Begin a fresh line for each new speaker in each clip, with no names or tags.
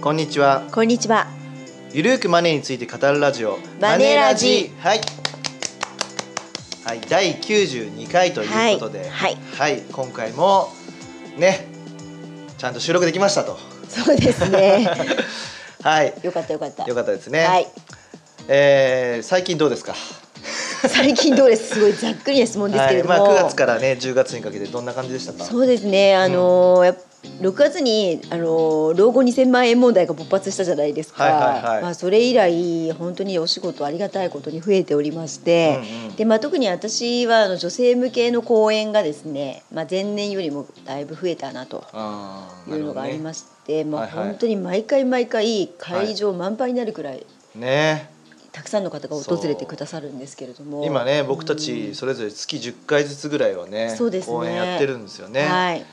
こんにちは。
こんにちは。
ゆるーくマネーについて語るラジオ。
マネラジ
はい。はい、第92回ということで、
はい
はい、今回もね、ちゃんと収録できましたと。
そうで すね。
はい、
よかったよかった。
よかったですね。
はい。
えー最近どうですか。
最近どうです。すごいざっくりな質問です
は
けれ
い、
ども。
まあ9月からね10月にかけてどんな感じでしたか。
そうですね。あのーやっぱ6月にあのー老後2000万円問題が勃発したじゃないですか、
はいはいはい
まあ、それ以来本当にお仕事ありがたいことに増えておりまして、
うんうん
でまあ、特に私はあの女性向けの講演がですね、まあ、前年よりもだいぶ増えたなと
あー
い
な
う
るほ
の
ど
があり
ね。
まして、まあ、
はいはい
本当に毎回毎回会場満杯になるくらい
ね
たくさんの方が訪れてくださるんですけれども
今ね僕たちそれぞれ月10回ずつぐらいはね
そうですね
公演やってるんですよね、
はい、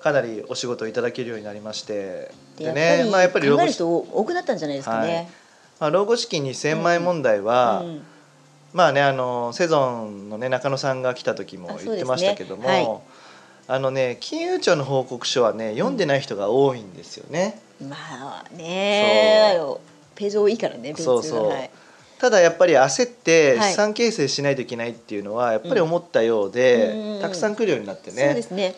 かなりお仕事をいただけるようになりましてで
でやっぱ
ね
り,、
まあやっぱり老
考
後
える
資
人多くなったんじゃないですかね。
まあ老後資金2000万円問題は、
うん
まあねあのセゾンのね中野さんが来た時
あ
も
そうですね
言ってましたけども、
はい
あのね金融庁の報告書はね読んでない人が多いんですよね。
まあね
そ
ページ多いからねページ
そうそう
はい
ただやっぱり焦って
はい
資産形成しないといけないっていうのはやっぱり思ったようで、
うん
たくさん来るようになって
そうで
ね
すね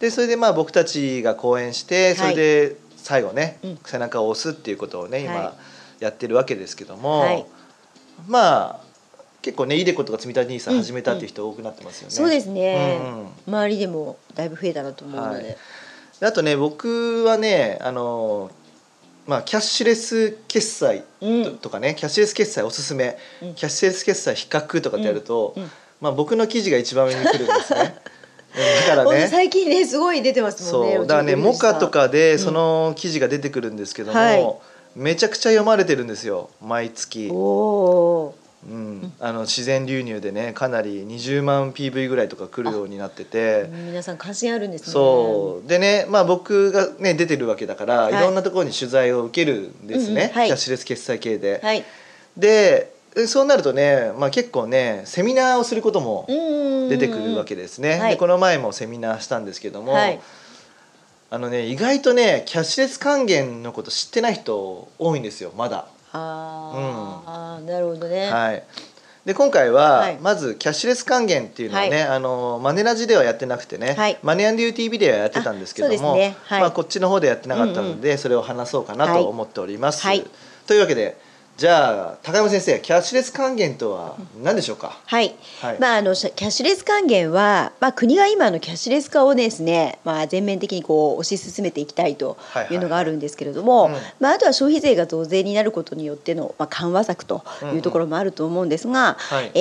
でそれでまあ僕たちが講演してそれで最後ね、
うん
背中を押すっていうことをね
は
今やってるわけですけども、
はい
まあ結構ねイデコとか積み立て NISA
うん
始めたっていう人多くなってますよね。
そうですね、
うんうん
周りでもだいぶ増えたなと思うので、
はいであとね僕はねあのまあキャッシュレス決済と
うん
とかね、キャッシュレス決済おすすめ、
うん
キャッシュレス決済比較とかってやると、
うんうん
まあ僕の記事が一番上に来るんです ね。うんだから
ほんと
ね。
最近ねすごい出てますもんね
そうだからねモカとかで
ん
その記事が出てくるんですけども、
はい
めちゃくちゃ読まれてるんですよ毎月
お、お
うん、あの自然流入でねかなり20万 PV ぐらいとか来るようになってて
ー皆さん関心あるんですね
そうでねまあ僕がね出てるわけだから、
い
い、ろんなところに取材を受けるんですね、
うんうんはい
キャッシュレス決済系で、
はい
でそうなるとね、まあ、結構ねセミナーをすることも
出
出てくるわけですね、
はい
でこの前もセミナーしたんですけども、
はい
あのね意外とねキャッシュレス還元のこと知ってない人多いんですよまだ。
あー、あーなるほどね、
はい、で今回は、
はい
まずキャッシュレス還元っていうのをね、
はい
あのマネラジではやってなくてね、
はい
マネアンデュー TV ではやってたんですけど
あそ
も、
うですねはい
まあ、こっちの方でやってなかったので、それを話そうかな
はい
と思っております。
はい
というわけでじゃあ高山先生キャッシュレス還元とは何でしょうか、
はい、
はい
まああのしキャッシュレス還元は、まあ、国が今あのキャッシュレス化をですね、まあ、全面的にこう推し進めていきたいと
はいはい
いうのがあるんですけれども、
うん
まあ、あとは消費税が増税になることによっての、まあ、緩和策と
うんう
い
ん
うところもあると思うんですが、
はい
え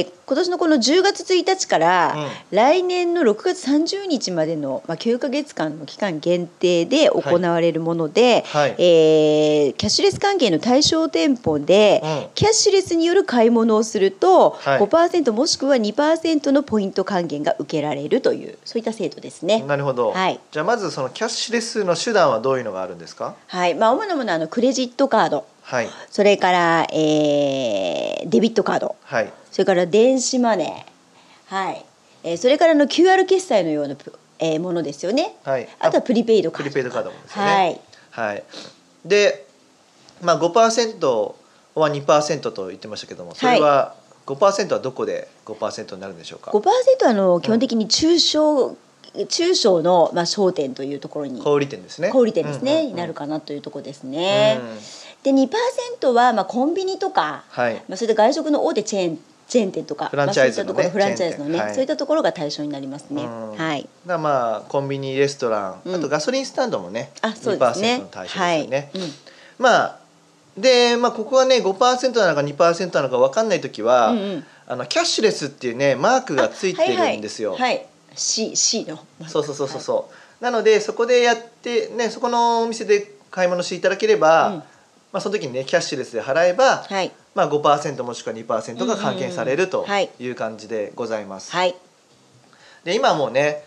ー今年のこの10月1日から、
う
来年の6月30日までの、まあ、9か月間の期間限定で行われるもので、
はい
えーキャッシュレス還元の対象店舗で、
うん
キャッシュレスによる買い物をすると、
はい
5%もしくは2%のポイント還元が受けられるというそういった制度ですね。
なるほど、
はい
じゃあまずそのキャッシュレスの手段はどういうのがあるんですか
はいまあ、主なものはあのクレジットカード
はい
それから、えーデビットカード
はい
それから電子マネー、はいえーそれからあの QR 決済のようなプ、えーものですよね、
はい
あとはプリペイドカ
プ
ー
リ
ド
ペイドカードもですよね。
はい、
はいで、まあ、5%は2%と言ってましたけどもそれは5%はどこで5%になるんでしょうか、
5%はあの基本的に中小、中小の、まあ、商店というところに
小売店ですね
小売店ですね、
うんうんうん
になるかなというところですね。
うん
で2%はまあコンビニとか、
はい
まあ、それで外食の大手チェーンチェーン店とか
フランチャイズのね
まあそういったところフランチャイズ
チェ
の
ーン
ね、
店はい
そういったところが対象になりますね。
うん
はい
だからまあコンビニレストラン、
うん
あとガソリンスタンドもね
あそうですね
2%の対象ですよね、
はいうん
まあで、まあ、ここはね5%なのか2%なのか分かんない時は、
うんうん
あのキャッシュレスっていうねマークがついてるんですよ、
はい、はいはい、C C の
そうそうそうそうそう、なのでそこでやってねそこのお店で買い物していただければ、
うん
まあその時にねキャッシュレスで払えば、
はい
まあ5%もしくは2%が還元される
うん
と
うんはい
いう感じでございます。
はい
で今もうね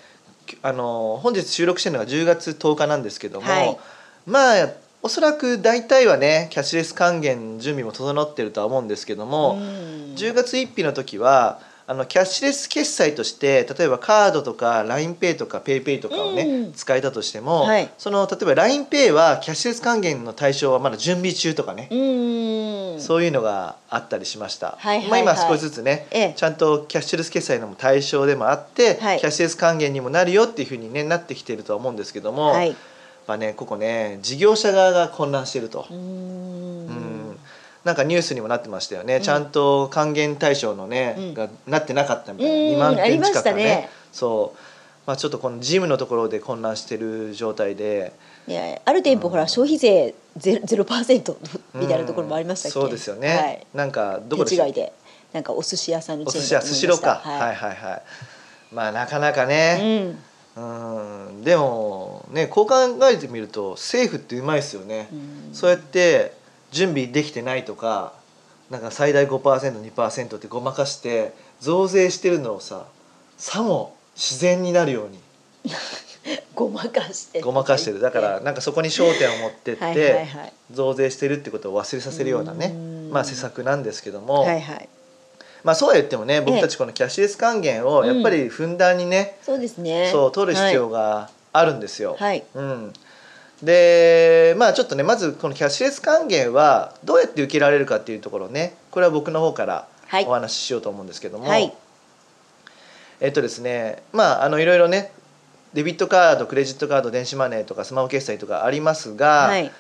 きあのー本日収録してるのが10月10日なんですけども、
はい
まあおそらく大体はねキャッシュレス還元準備も整ってるとは思うんですけども、
うん
10月1日の時はあのキャッシュレス決済として例えばカードとか l i n e イとか PayPay とかをね、
うん
使えたとしても、
はい
その例えば l i n e イはキャッシュレス還元の対象はまだ準備中とかね、
うん
そういうのがあったりしました、
はいは
ま
い
あ、
はい
今少しずつね、
ええ
ちゃんとキャッシュレス決済のも対象でもあって、
はい
キャッシュレス還元にもなるよっていうふうに、ね、なってきてるとは思うんですけども、
はい
まあね、ここね事業者側が混乱してると
う、
うん
ん
なんかニュースにもなってましたよね、
ん
ちゃんと還元対象のね、
うん
がなってなかったみたいな、
うん
2万
あり
点
ま
近
した
く
ね
ねそう、まあ、ちょっとこの事務のところで混乱してる状態で。
ねある店舗ほら消費税ゼロゼロパーセントみたいなところもありましたっけ
そうですよね、
はい
なんかどこでし
手
たっ
違い
け
でなんかお寿司屋さんの
お
チェ
寿
ーン
司屋
だと
寿司ロ
思いま
か、
した
はい、
は
はい
い
はいまあなかなか
う
ね
ん
うんでもねこう考えてみると政府ってうまいですよね、
うん
そうやって準備できてないとかなんか最大 5%2% ってごまかして増税してるのをささも自然になるように
ごまかして
ごまかしてるだからなんかそこに焦点を持ってっ
はいはいはい
て増税してるってことを忘れさせるようなね
うん
まあ施策なんですけども、
はいはい
まあそうは言ってもね僕たちこのキャッシュレス還元をやっぱりふんだんにね、
そうですね
そう取る必要があるんですよ。
はい
うん、でまあちょっとねまずこのキャッシュレス還元はどうやって受けられるかっていうところをねこれは僕の方から
はい
お話ししようと思うんですけども、
はい
えっとですねまああのいろいろねデビットカードクレジットカード電子マネーとかスマホ決済とかありますが、
はい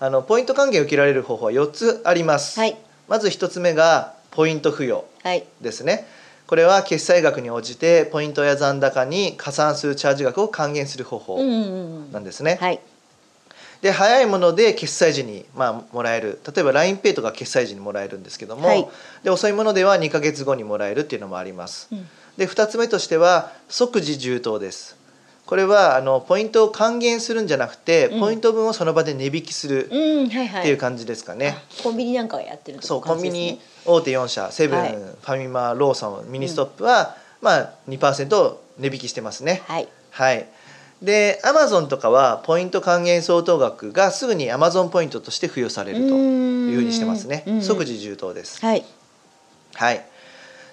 あのポイント還元を受けられる方法は4つあります。
はい
まず1つ目がポイント付与
はい
ですねこれは決済額に応じてポイントや残高に加算するチャージ額を還元する方
うん
法
うんう
なんんですね、
はい
で早いもので決済時に、まあ、もらえる例えば l i n e イとか決済時にもらえるんですけども、
はい
で遅いものでは2ヶ月後にもらえるっていうのもあります、
うん
で2つ目としては即時充当ですこれはあのポイントを還元するんじゃなくて、
うん
ポイント分をその場で値引きするっ
うんはいはい
ていう感じですかね、
あコンビニなんかがやってる
そう
と
コ
こ
ン
感
ビ
じですね
ニ大手4社セブン、
はい
ファミマローソンミニストップは、まあ2%値引きしてますね
はい
はいでアマゾンとかはポイント還元相当額がすぐにアマゾンポイントとして付与されるというふうにしてますね
うーん
即時充当です
はい
はい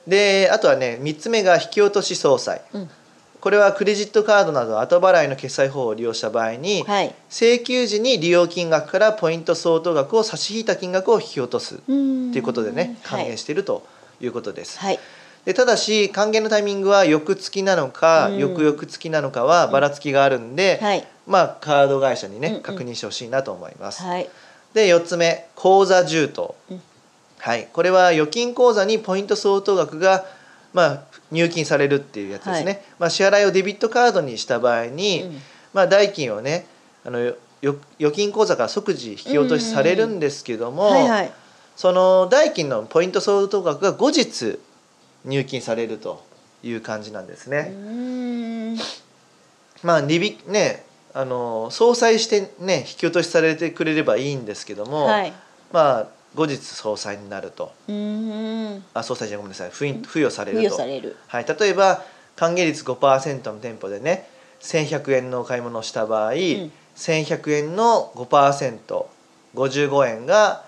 であとはね3つ目が引き落とし総裁
うん
これはクレジットカードなど後払いの決済方法を利用した場合に、
はい
請求時に利用金額からポイント相当額を差し引いた金額を引き落とす
うん
ということでね還
はい
元しているということです。
はい
でただし還元のタイミングは翌月なのか、
うん
翌々月なのかはばらつきがあるんで、
はい
まあカード会社にね、
うんうん
確認してほしいなと思います。
はい
で4つ目口座充当、
うん
はいこれは預金口座にポイント相当額がまあ入金されるっていうやつですね、
は
まあ、支払いをデビットカードにした場合に、
うん
まあ、代金をねあのよよ預金口座から即時引き落としされるんですけども、
はいはい
その代金のポイント相当額が後日入金されるという感じなんです
う
ね。
ーん
まあ利引ねあの相殺してね引き落としされてくれればいいんですけども、
はい
まあ後日相殺になると
うーん
あ相殺じゃごめんなさい付付与され
付
る
与
と
される
はい、例えば還元率5%の店舗でね1100円のお買い物をした場合、1100円の 5%55 円が、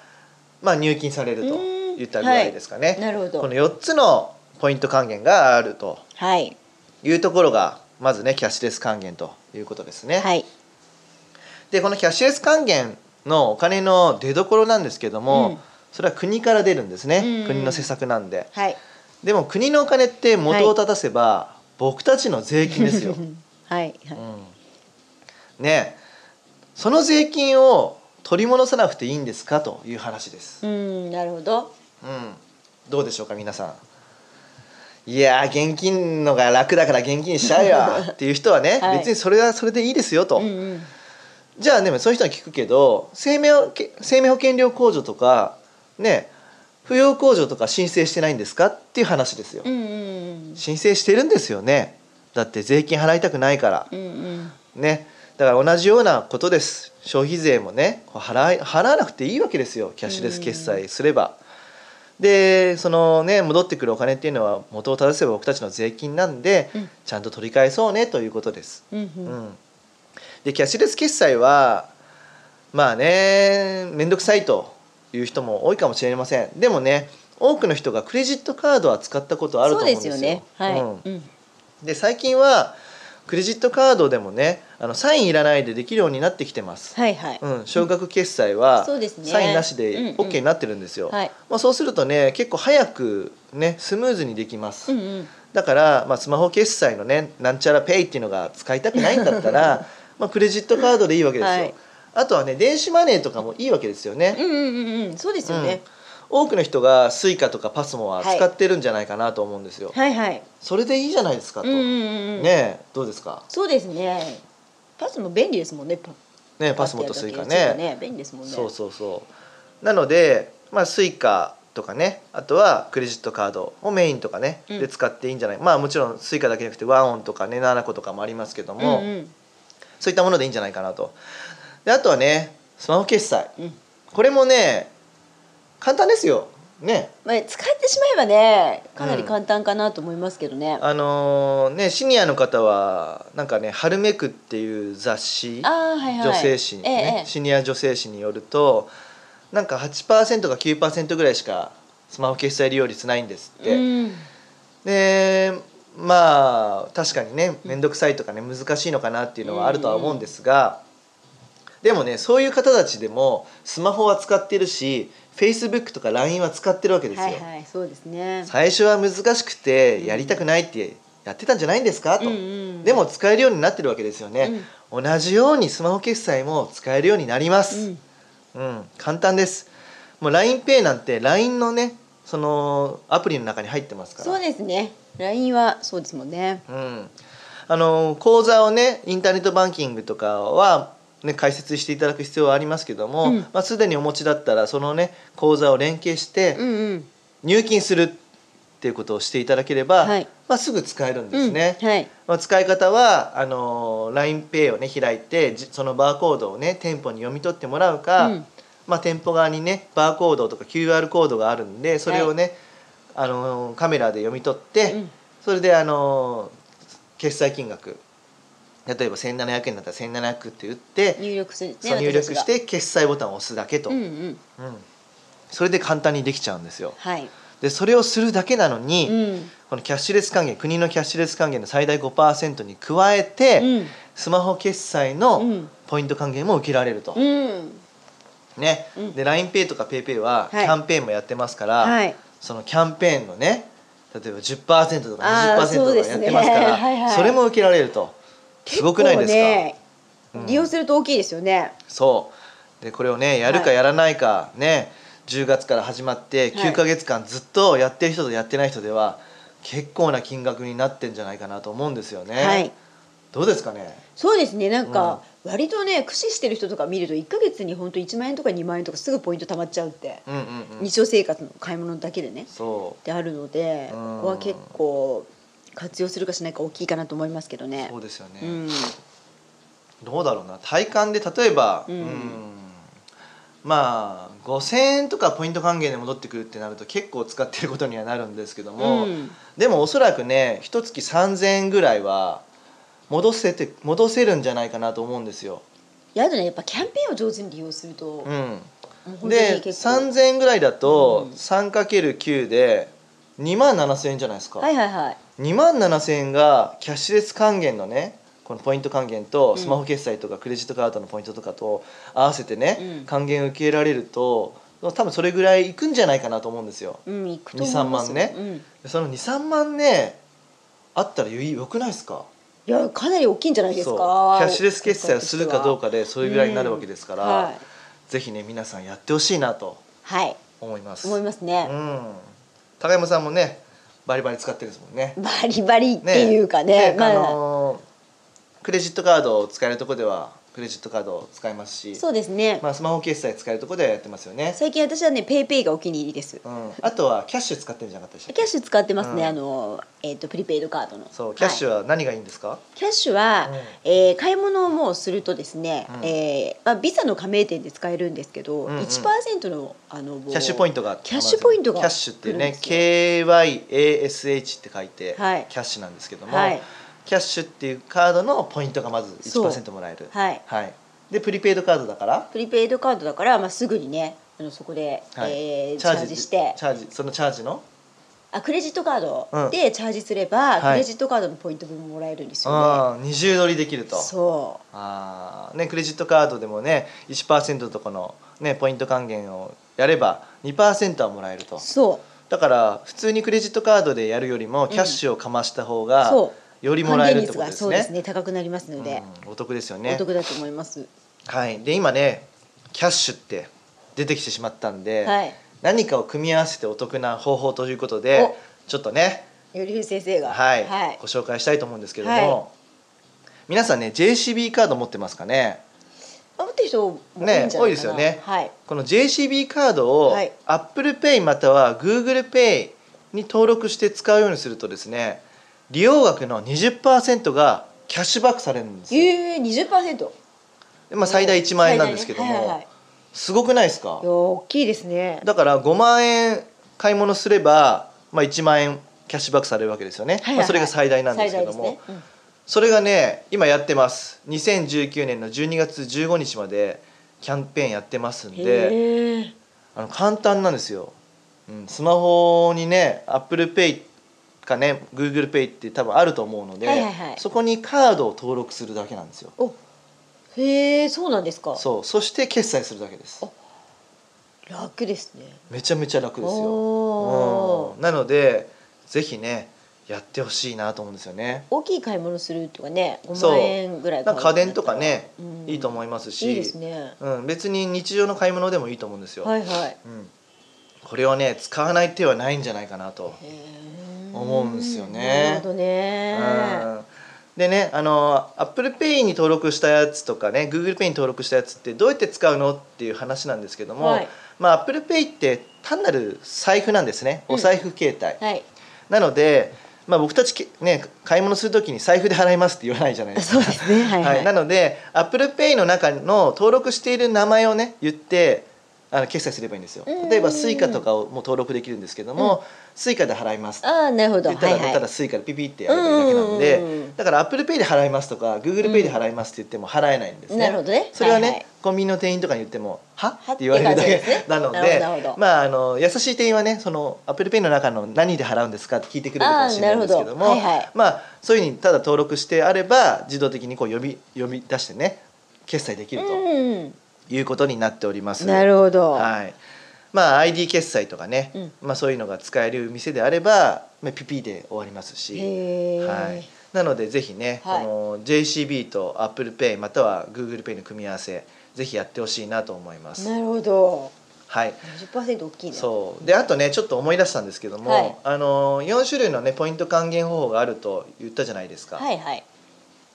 まあ、入金されると
うん
いったぐらいですかね。
なるほど
この4つのポイント還元があると
はい
いうところがまずねキャッシュレス還元ということですね。
はい
でこのキャッシュレス還元のお金の出所なんですけども、
うん
それは国から出るんですね、
うんうん
国の施策なんで
はい
でも国のお金って元を立たせば、僕たちの税金ですよ、
うん はいはい
うんねその税金を取り戻さなくていいんですかという話です
うんなるほど
うん、どうでしょうか皆さんいやー現金のが楽だから現金しちゃう よっていう人はね、
はい
別にそれはそれでいいですよと、
うんうん
じゃあでもそういう人に聞くけど生命保険生命保険料控除とかね扶養控除とか申請してないんですかっていう話ですよ、
うんうん
申請してるんですよねだって税金払いたくないから
うんうん
ねだから同じようなことです消費税もねこう払い払わなくていいわけですよキャッシュレス決済すれば。でそのね戻ってくるお金っていうのは元を正せば僕たちの税金なんで、
うん
ちゃんと取り返そうねということです。
うんう
うんん、でキャッシュレス決済はまあね面倒くさいという人も多いかもしれませんでもね多くの人がクレジットカードは使ったことあると
そう
思うん
で
です
す
よ
よね。はい。
うん
うん
で最近はクレジットカードでもねあのサインいらないでできるようになってきてます、
はいはい。
うん、少額決済は
そうですね
サインなし
うんう
で
ん
OK になってるんですよ、
はい。
まあ、そうするとね結構早くねスムーズにできます、
うんうん。
だから、まあ、スマホ決済のねなんちゃらペイっていうのが使いたくないんだったら まあクレジットカードでいいわけですよ、
はい
あとはね電子マネーとかもいいわけですよね、
うんうんうんうん。そうですよね。
うん多くの人がスイカとかパスモは使ってるんじゃないかなと思うんですよ、
はいはい。
それでいいじゃないですか
う
と、
んうんうんうん。
ねえどうですか
そうですね。パスも便利ですもんね。パ
ねえパスモとスイカ
パッてや
ね
るだけで便利ですもんね。
そうそうそうなのでまあスイカとかねあとはクレジットカードをメインとかね、
うん
で使っていいんじゃないまあもちろんスイカだけじゃなくてワンオンとかね7個とかもありますけども、
んん
そういったものでいいんじゃないかなとであとはねスマホ決済
うん。
これもね簡単ですよね
まあ使ってしまえばね、かなり簡単かなと思いますけどね。あ
あのーねシニアの方はなんかね「春めく」っていう雑誌
あーはいはい。
女性誌、ね
ええええ
シニア女性誌によるとなんか8%か9%ぐらいしかスマホ決済利用率ないんですって、
うん
でまあ確かにね面倒くさいとかね難しいのかなっていうのはあるとは思うんですが、でもねそういう方たちでもスマホは使ってるし Facebook とか LINE は使ってるわけですよ。
はいはい、そうですね。
最初は難しくてやりたくないってやってたんじゃないんですかと、
うんうん
でも使えるようになってるわけですよね、同じようにスマホ決済も使えるようになりま
う
す、
ん、
うん簡単ですもう LINEPay なんて LINE のねそのアプリの中に入ってますから
そうですね。LINE はそうですもんね。
うん、あの口座をねインターネットバンキングとかは、ね、解説していただく必要はありますけども、
うん
まあ、すでにお持ちだったらそのね口座を連携して、
うんうん。
入金するっていうことをしていただければ、
はい
まあ、すぐ使えるんですね。
うん、はい。
まあ、使い方はあの LINEPay をね開いてじそのバーコードをね店舗に読み取ってもらうか、
うん
まあ、店舗側にねバーコードとか QR コードがあるんでそれをね、あのカメラで読み取って、
うん
それであの決済金額例えば1700円だったら1700って打って、
入力する、ね。
そう入力し
私たち
て決済ボタンを押すだけと、
が。うんうん。
うんそれで簡単にできちゃうんですよ。
はい。
でそれをするだけなのに、
うん。
このキャッシュレス還元国のキャッシュレス還元の最大5%に加えて、
うん
スマホ決済
う
の
ん
ポイント還元も受けられると、
うん。
ね
うん
で LINEPay とか PayPay はキ
はい
ャンペーンもやってますから、
はい。
そのキャンペーンのね例えば10%とか
あ
20%
ー
と
そう
か
で
や
す
っ
ね
てますからそ
はいはい
れも受けられるとすごくないですか、
か、
うん
利用すると大きいですよね。
そうでこれをねやるかやらないかね、10月から始まって
はい
9か月間ずっとやってる人とやってない人では結構な金額になってんじゃないかなと思うんですよね。
はい。
どうですかね
そうですね。なんか、割とね、駆使してる人とか見ると、一ヶ月に本当一万円とか二万円とかすぐポイント貯まっちゃうって。
うんうんうん
日常生活の買い物だけでね。
そ
ってあるので、
うん
ここは結構活用するかしないか大きいかなと思いますけど
う
ね
そう。ですよね、
うん、
どうだろうな体感で例えば、
うん
まあ5,000円とかポイント還元で戻ってくるってなると結構使ってることにはなるんですけども、
うん
でもおそらくね一月3,000円ぐらいは戻せて戻せるんじゃないかなと思うんですよ。
いやあとねやっぱキャンペーンを上手に利用すると、も
うん
う本当に
で
結構
3,000円ぐらいだと
うん
3×9 で2万7,000円じゃないですか。
はいはいはい
2万7000円がキャッシュレス還元のねこのポイント還元と
うん
スマホ決済とかクレジットカードのポイントとかと合わせてね、
うん
還元受けられると多分それぐらいいくんじゃないかなと思うんですよ
うん行くと思います
2 3万
よ
ね
うん、い
その23万ねあったらよいよくないですか
やかなり大きいんじゃないです
そ
か
うキャッシュレス決済をするかどうかでそれぐらいになるわけですから、
はい、
ぜひね皆さんやってほしいなと
はい、
思います
思いますね、
うん、高山さんもねバリバリ使ってるんですもんね
バリバリっていうかね
ね
まあ、
あのークレジットカードを使えるとこではクレジットカードを使いますし、
そうですね、
まあ、スマホ決済使えるとこではやってますよね、
最近私はねペイペイがお気に入りです
うん、あとはキャッシュ使ってるんじゃなかったでしたっ
キャ
け
ッシュ使ってますね、
うん
あのえっ、とプリペイドカードの
そうキャッシュは何がいいんですか、
キャッシュは、えー買い物をもうするとですね、
うん
えーまあ、ビザの加盟店で使えるんですけど、
うんうん
1%のあの
キャッシュポイン
ト
トが
キャッシュポイントが
キャッシュっていうね
来
KYASH って書いて、
はい
キャッシュなんですけども、
はい
キャッシュっていうカードのポイントがまず
そう
1%もらえる
はい
はい、でプリペイドカードだから
プリペイドカードだから、まあ、すぐにねあのそこで、
はい
えーチャージして
チャージそのチャージの
あクレジットカー
うん
ドでチャージすれ
は
ば、
い
クレジットカードのポイント分ももらえるんですよね。
ああ二重乗りできると
そ
あーね、クレジットカードでもね1%とかの、ね、ポイント還元をやれば2%はもらえると
うそう
だから普通にクレジットカードでやるよりもキャッシュをかました方が
そ
より
う
も
還
らえる
元
ってこ
率
と
が
です
そうです
ね。
ね高くなりますので、
うんお得ですよね
お、得だと思います。
はい、で今ねキャッシュって出てきてしまったんで、
はい。
何かを組み合わせてお得な方法ということでちょっとね、
よりふ先生が
はい
はい
ご、紹介したいと思うんですけども、
は
皆さんね JCB カード持ってますかね
あ持ってる人も多いんじゃない
ね
かな、
多いですよね
はい。
この JCB カードを
はい
ApplePay または GooglePay に登録して使うようにするとですね利用額の20%がキャッシュバックされるんですよ、
ええ二十パーセント。
でまあ、最大1万円なんですけども、
はいはいはい、いや
すごくないですか
大きいですね。
だから5万円買い物すれば、まあ、1万円キャッシュバックされるわけですよね、
はいはいはい
まあ、それが最大なんですけども、
最大ですね
それがね今やってます2019年の12月15日までキャンペーンやってますん
うん、
で
へえ
あの簡単なんですよ、うん、スマホにね ApplePay かね GooglePay って多分あると思うので、
はいはいはい
そこにカードを登録するだけなんですよ
おへえそうなんですか。
そうそして決済するだけです
あ楽ですね。
めちゃめちゃ楽ですよ
お
う
ー
んなのでぜひねやってほしいなと思うんですよね
大きい買い物するとかね、五
そう
万円ぐらい
なん
買
か
うと
家
なった
電と
ら
かね、
うん
いいと思いますし
いいですね。
うん、別に日常の買い物でもいいと思うんですよ、
はいはい。
うん、これをね使わない手はないんじゃないかなと、
へえ
思うんですよね
なるほどね。
うんでねあの ApplePay に登録したやつとかね GooglePay に登録したやつってどうやって使うのっていう話なんですけども、
はい
まあ、ApplePay って単なる財布なんですねお財布形態、
はい。
なので、まあ、僕たちけ、ね、買い物するときに財布で払いますって言わないじゃないです
そう
か
で すね。はい、はい
なので ApplePay の中の登録している名前をね言ってあの決済すればいいんですよ
うん
例えば Suica とかをもう登録できるんですけども Suica で払いますって
ああなるほど。
言ったら、
はいはい。
ただ Suica でピピってやればいいだけなんで、
うんうんうんうん
だから ApplePay で払いますとか GooglePay で払いますって言っても払えないんですね、
なるほどね
それはね、
はいはい
コンビニの店員とかに言っても「は?」
は
って言われるだ
っ
け
て感じです ね
なの
なるほ
で
どなるほど
まああの優しい店員はねその ApplePay の中の何で払うんですかって聞いてくれるかもしれないんですけども
あーなるほどはいはい
まあそういうふうにただ登録してあれば自動的にこう呼び呼び出してね決済できると
うん
いうことになっております。
なるほど。
はいまあ、ID 決済とかね、
うん
まあ、そういうのが使える店であれば、まあ、ピピで終わりますし、
へー
はい、なのでぜひね、
はい
この JCB と ApplePay または GooglePay の組み合わせぜひやってほしいなと思います。
なるほど。
はい
20%大きいね。
そうであとねちょっと思い出したんですけども、
はい
あの4種類のねポイント還元方法があると言ったじゃないですか。
はいはい。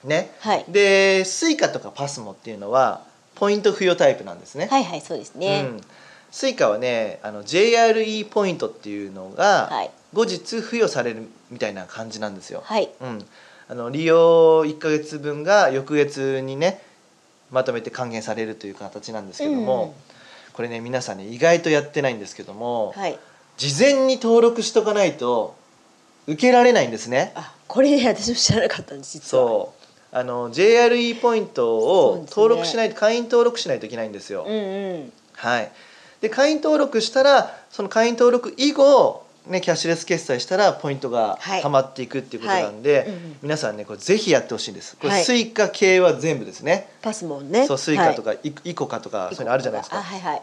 ね
はい
で Suica とか PASMO っていうのはポイント付与タイプなんですね。
はいはいそうですね。
うん、スイカはねあの JRE ポイントっていうのが
はい
後日付与されるみたいな感じなんですよ、
はい。
うん、あの利用1ヶ月分が翌月にねまとめて還元されるという形なんですけども、これね皆さんね意外とやってないんですけども、
はい。
事前に登録しとかないと受けられないんですね
あこれね私も知らなかったんです実は。
そうあの JRE ポイントを
そうですね
登録しないと、会員登録しないといけないんですよ、
うんうん。
はい、で会員登録したらその会員登録以後、ね、キャッシュレス決済したらポイントが
はい
たまっていくっていうことなんで、
はいうんうん
皆さんねこれぜひやってほしいんですこれ
はい
スイカ系は全部ですね、
パスモンね。
そうスイカと
は
かイイコカとか
い、
そういうのあるじゃないですか、
あはいはい。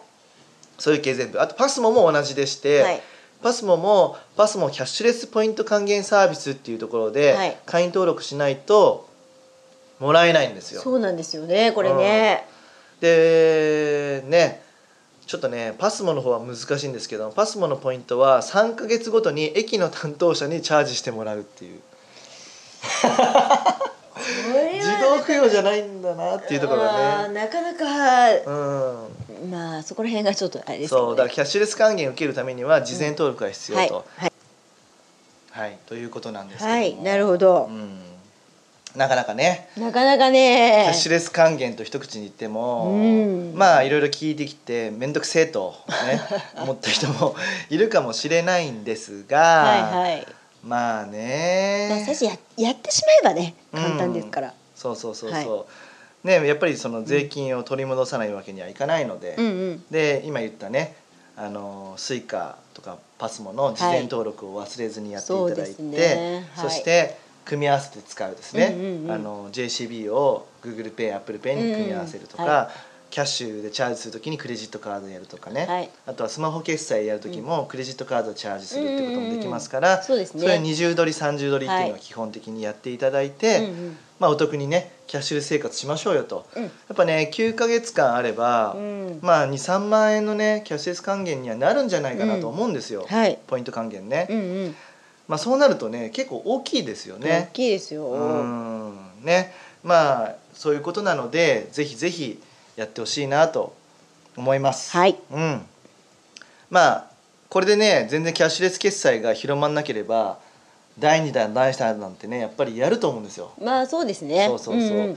そういう系全部あとパスモも同じでして、
はい
パスモもパスモキャッシュレスポイント還元サービスっていうところで、
はい
会員登録しないともらえないんですよ
そうなんですよねこれね。
でねちょっとねパスモの方は難しいんですけどパスモのポイントは3か月ごとに駅の担当者にチャージしてもらうっていう
これ
自
は
動付与じゃないんだなっていうところが
あー
ね
なかなか
うん
まあそこら辺がちょっとあれですけどね
そうだからキャッシュレス還元を受けるためには事前登録が必
は
要
い
と、
はい
はいということなんですけども
はいなるほど
うんなかなかね
なかな
キ
か
ャ
ね
ッシュレス還元と一口に言っても、
うん
まあいろいろ聞いてきて面倒くせえと、 ね、思った人も いるかもしれないんですが、
はいは
まあ
い。まあ
ね
最初ややってしまえばね簡単ですから。
そうそうそうそう、
はい
ね、やっぱりその税金を取り戻さないわけにはいかないので、
うんうん
で今言ったねあのスイカとかパスモの事前登録を忘れずにやっていただいて、
そうですねは
そ
い
して組み合わせて使うですね、
うんうんうん
あの JCB を GooglePay、ApplePay に組み合わせるとか、
うんうんは
キャッシュでチャージするときにクレジットカードでやるとかね、
はい
あとはスマホ決済やるときもクレジットカードをチャージするってこともできますから、
そうですね
れを20ドリ30ドリっていうの
は
はい基本的にやっていただいて、
うんうん
まあ、お得にねキャッシュレス生活しましょうよと。
うん
やっぱね9か月間あれば、
うん
まあ23万円のねキャッシュレス還元にはなるんじゃないかなと思うんですよ、
はい
ポイント還元ね、
うんうん
まあそうなるとね結構大きいですよ
大
ね
きいですよ、
うんねまあそういうことなのでぜひぜひやってほしいなと思います
はい
うんまあこれでね全然キャッシュレス決済が広まんなければ第2弾第3弾なんてねやっぱりやると思うんですよ
まあそうですね
そうそうそう、
んん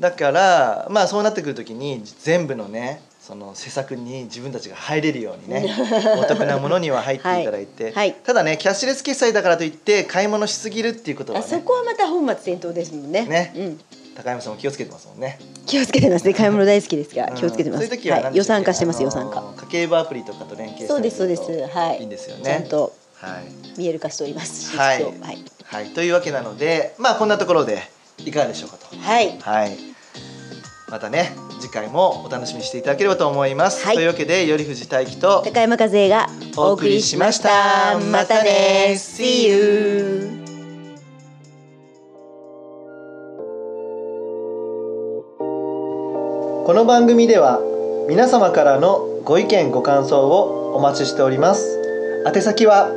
だからまあそうなってくるときに全部のねその施策に自分たちが入れるよう にねお得なものには入っていただいて、
はいはい
ただねキャッシュレス決済だからといって買い物しすぎるっていうことは
あそ
ね
こはまた本末転倒ですもんね
ね
うん、
高山さんも気をつけてますもんね
気をつけてますね買い物大好きですが気をつけてます、
うんそういう時は何
はい、
で
予
したっ
算
け
化してます
あの
予算化
家計簿アプリとかと連携
そうですそう
され
で
ると
すはい
いんですよね
ちゃんと
はい、
見える化しております
はい
実情はい、
はい、というわけなのでまあこんなところでいかがでしょうかと
はい
はい。またね、次回もお楽しみにしていただければと思います。
はい
というわけで、頼藤大樹と
高山和恵がお送りしましたまたね See you
この番組では皆様からのご意見ご感想をお待ちしております。宛先は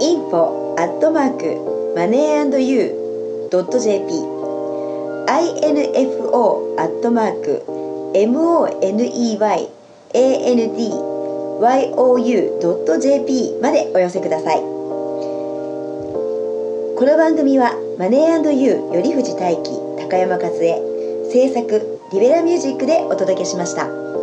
info アットマークマネー &you ドット JP info アットマーク money and you ドット JP までお寄せくださいこの番組はマネー &you より藤大輝高山和恵制作リベラミュージックでお届けしました。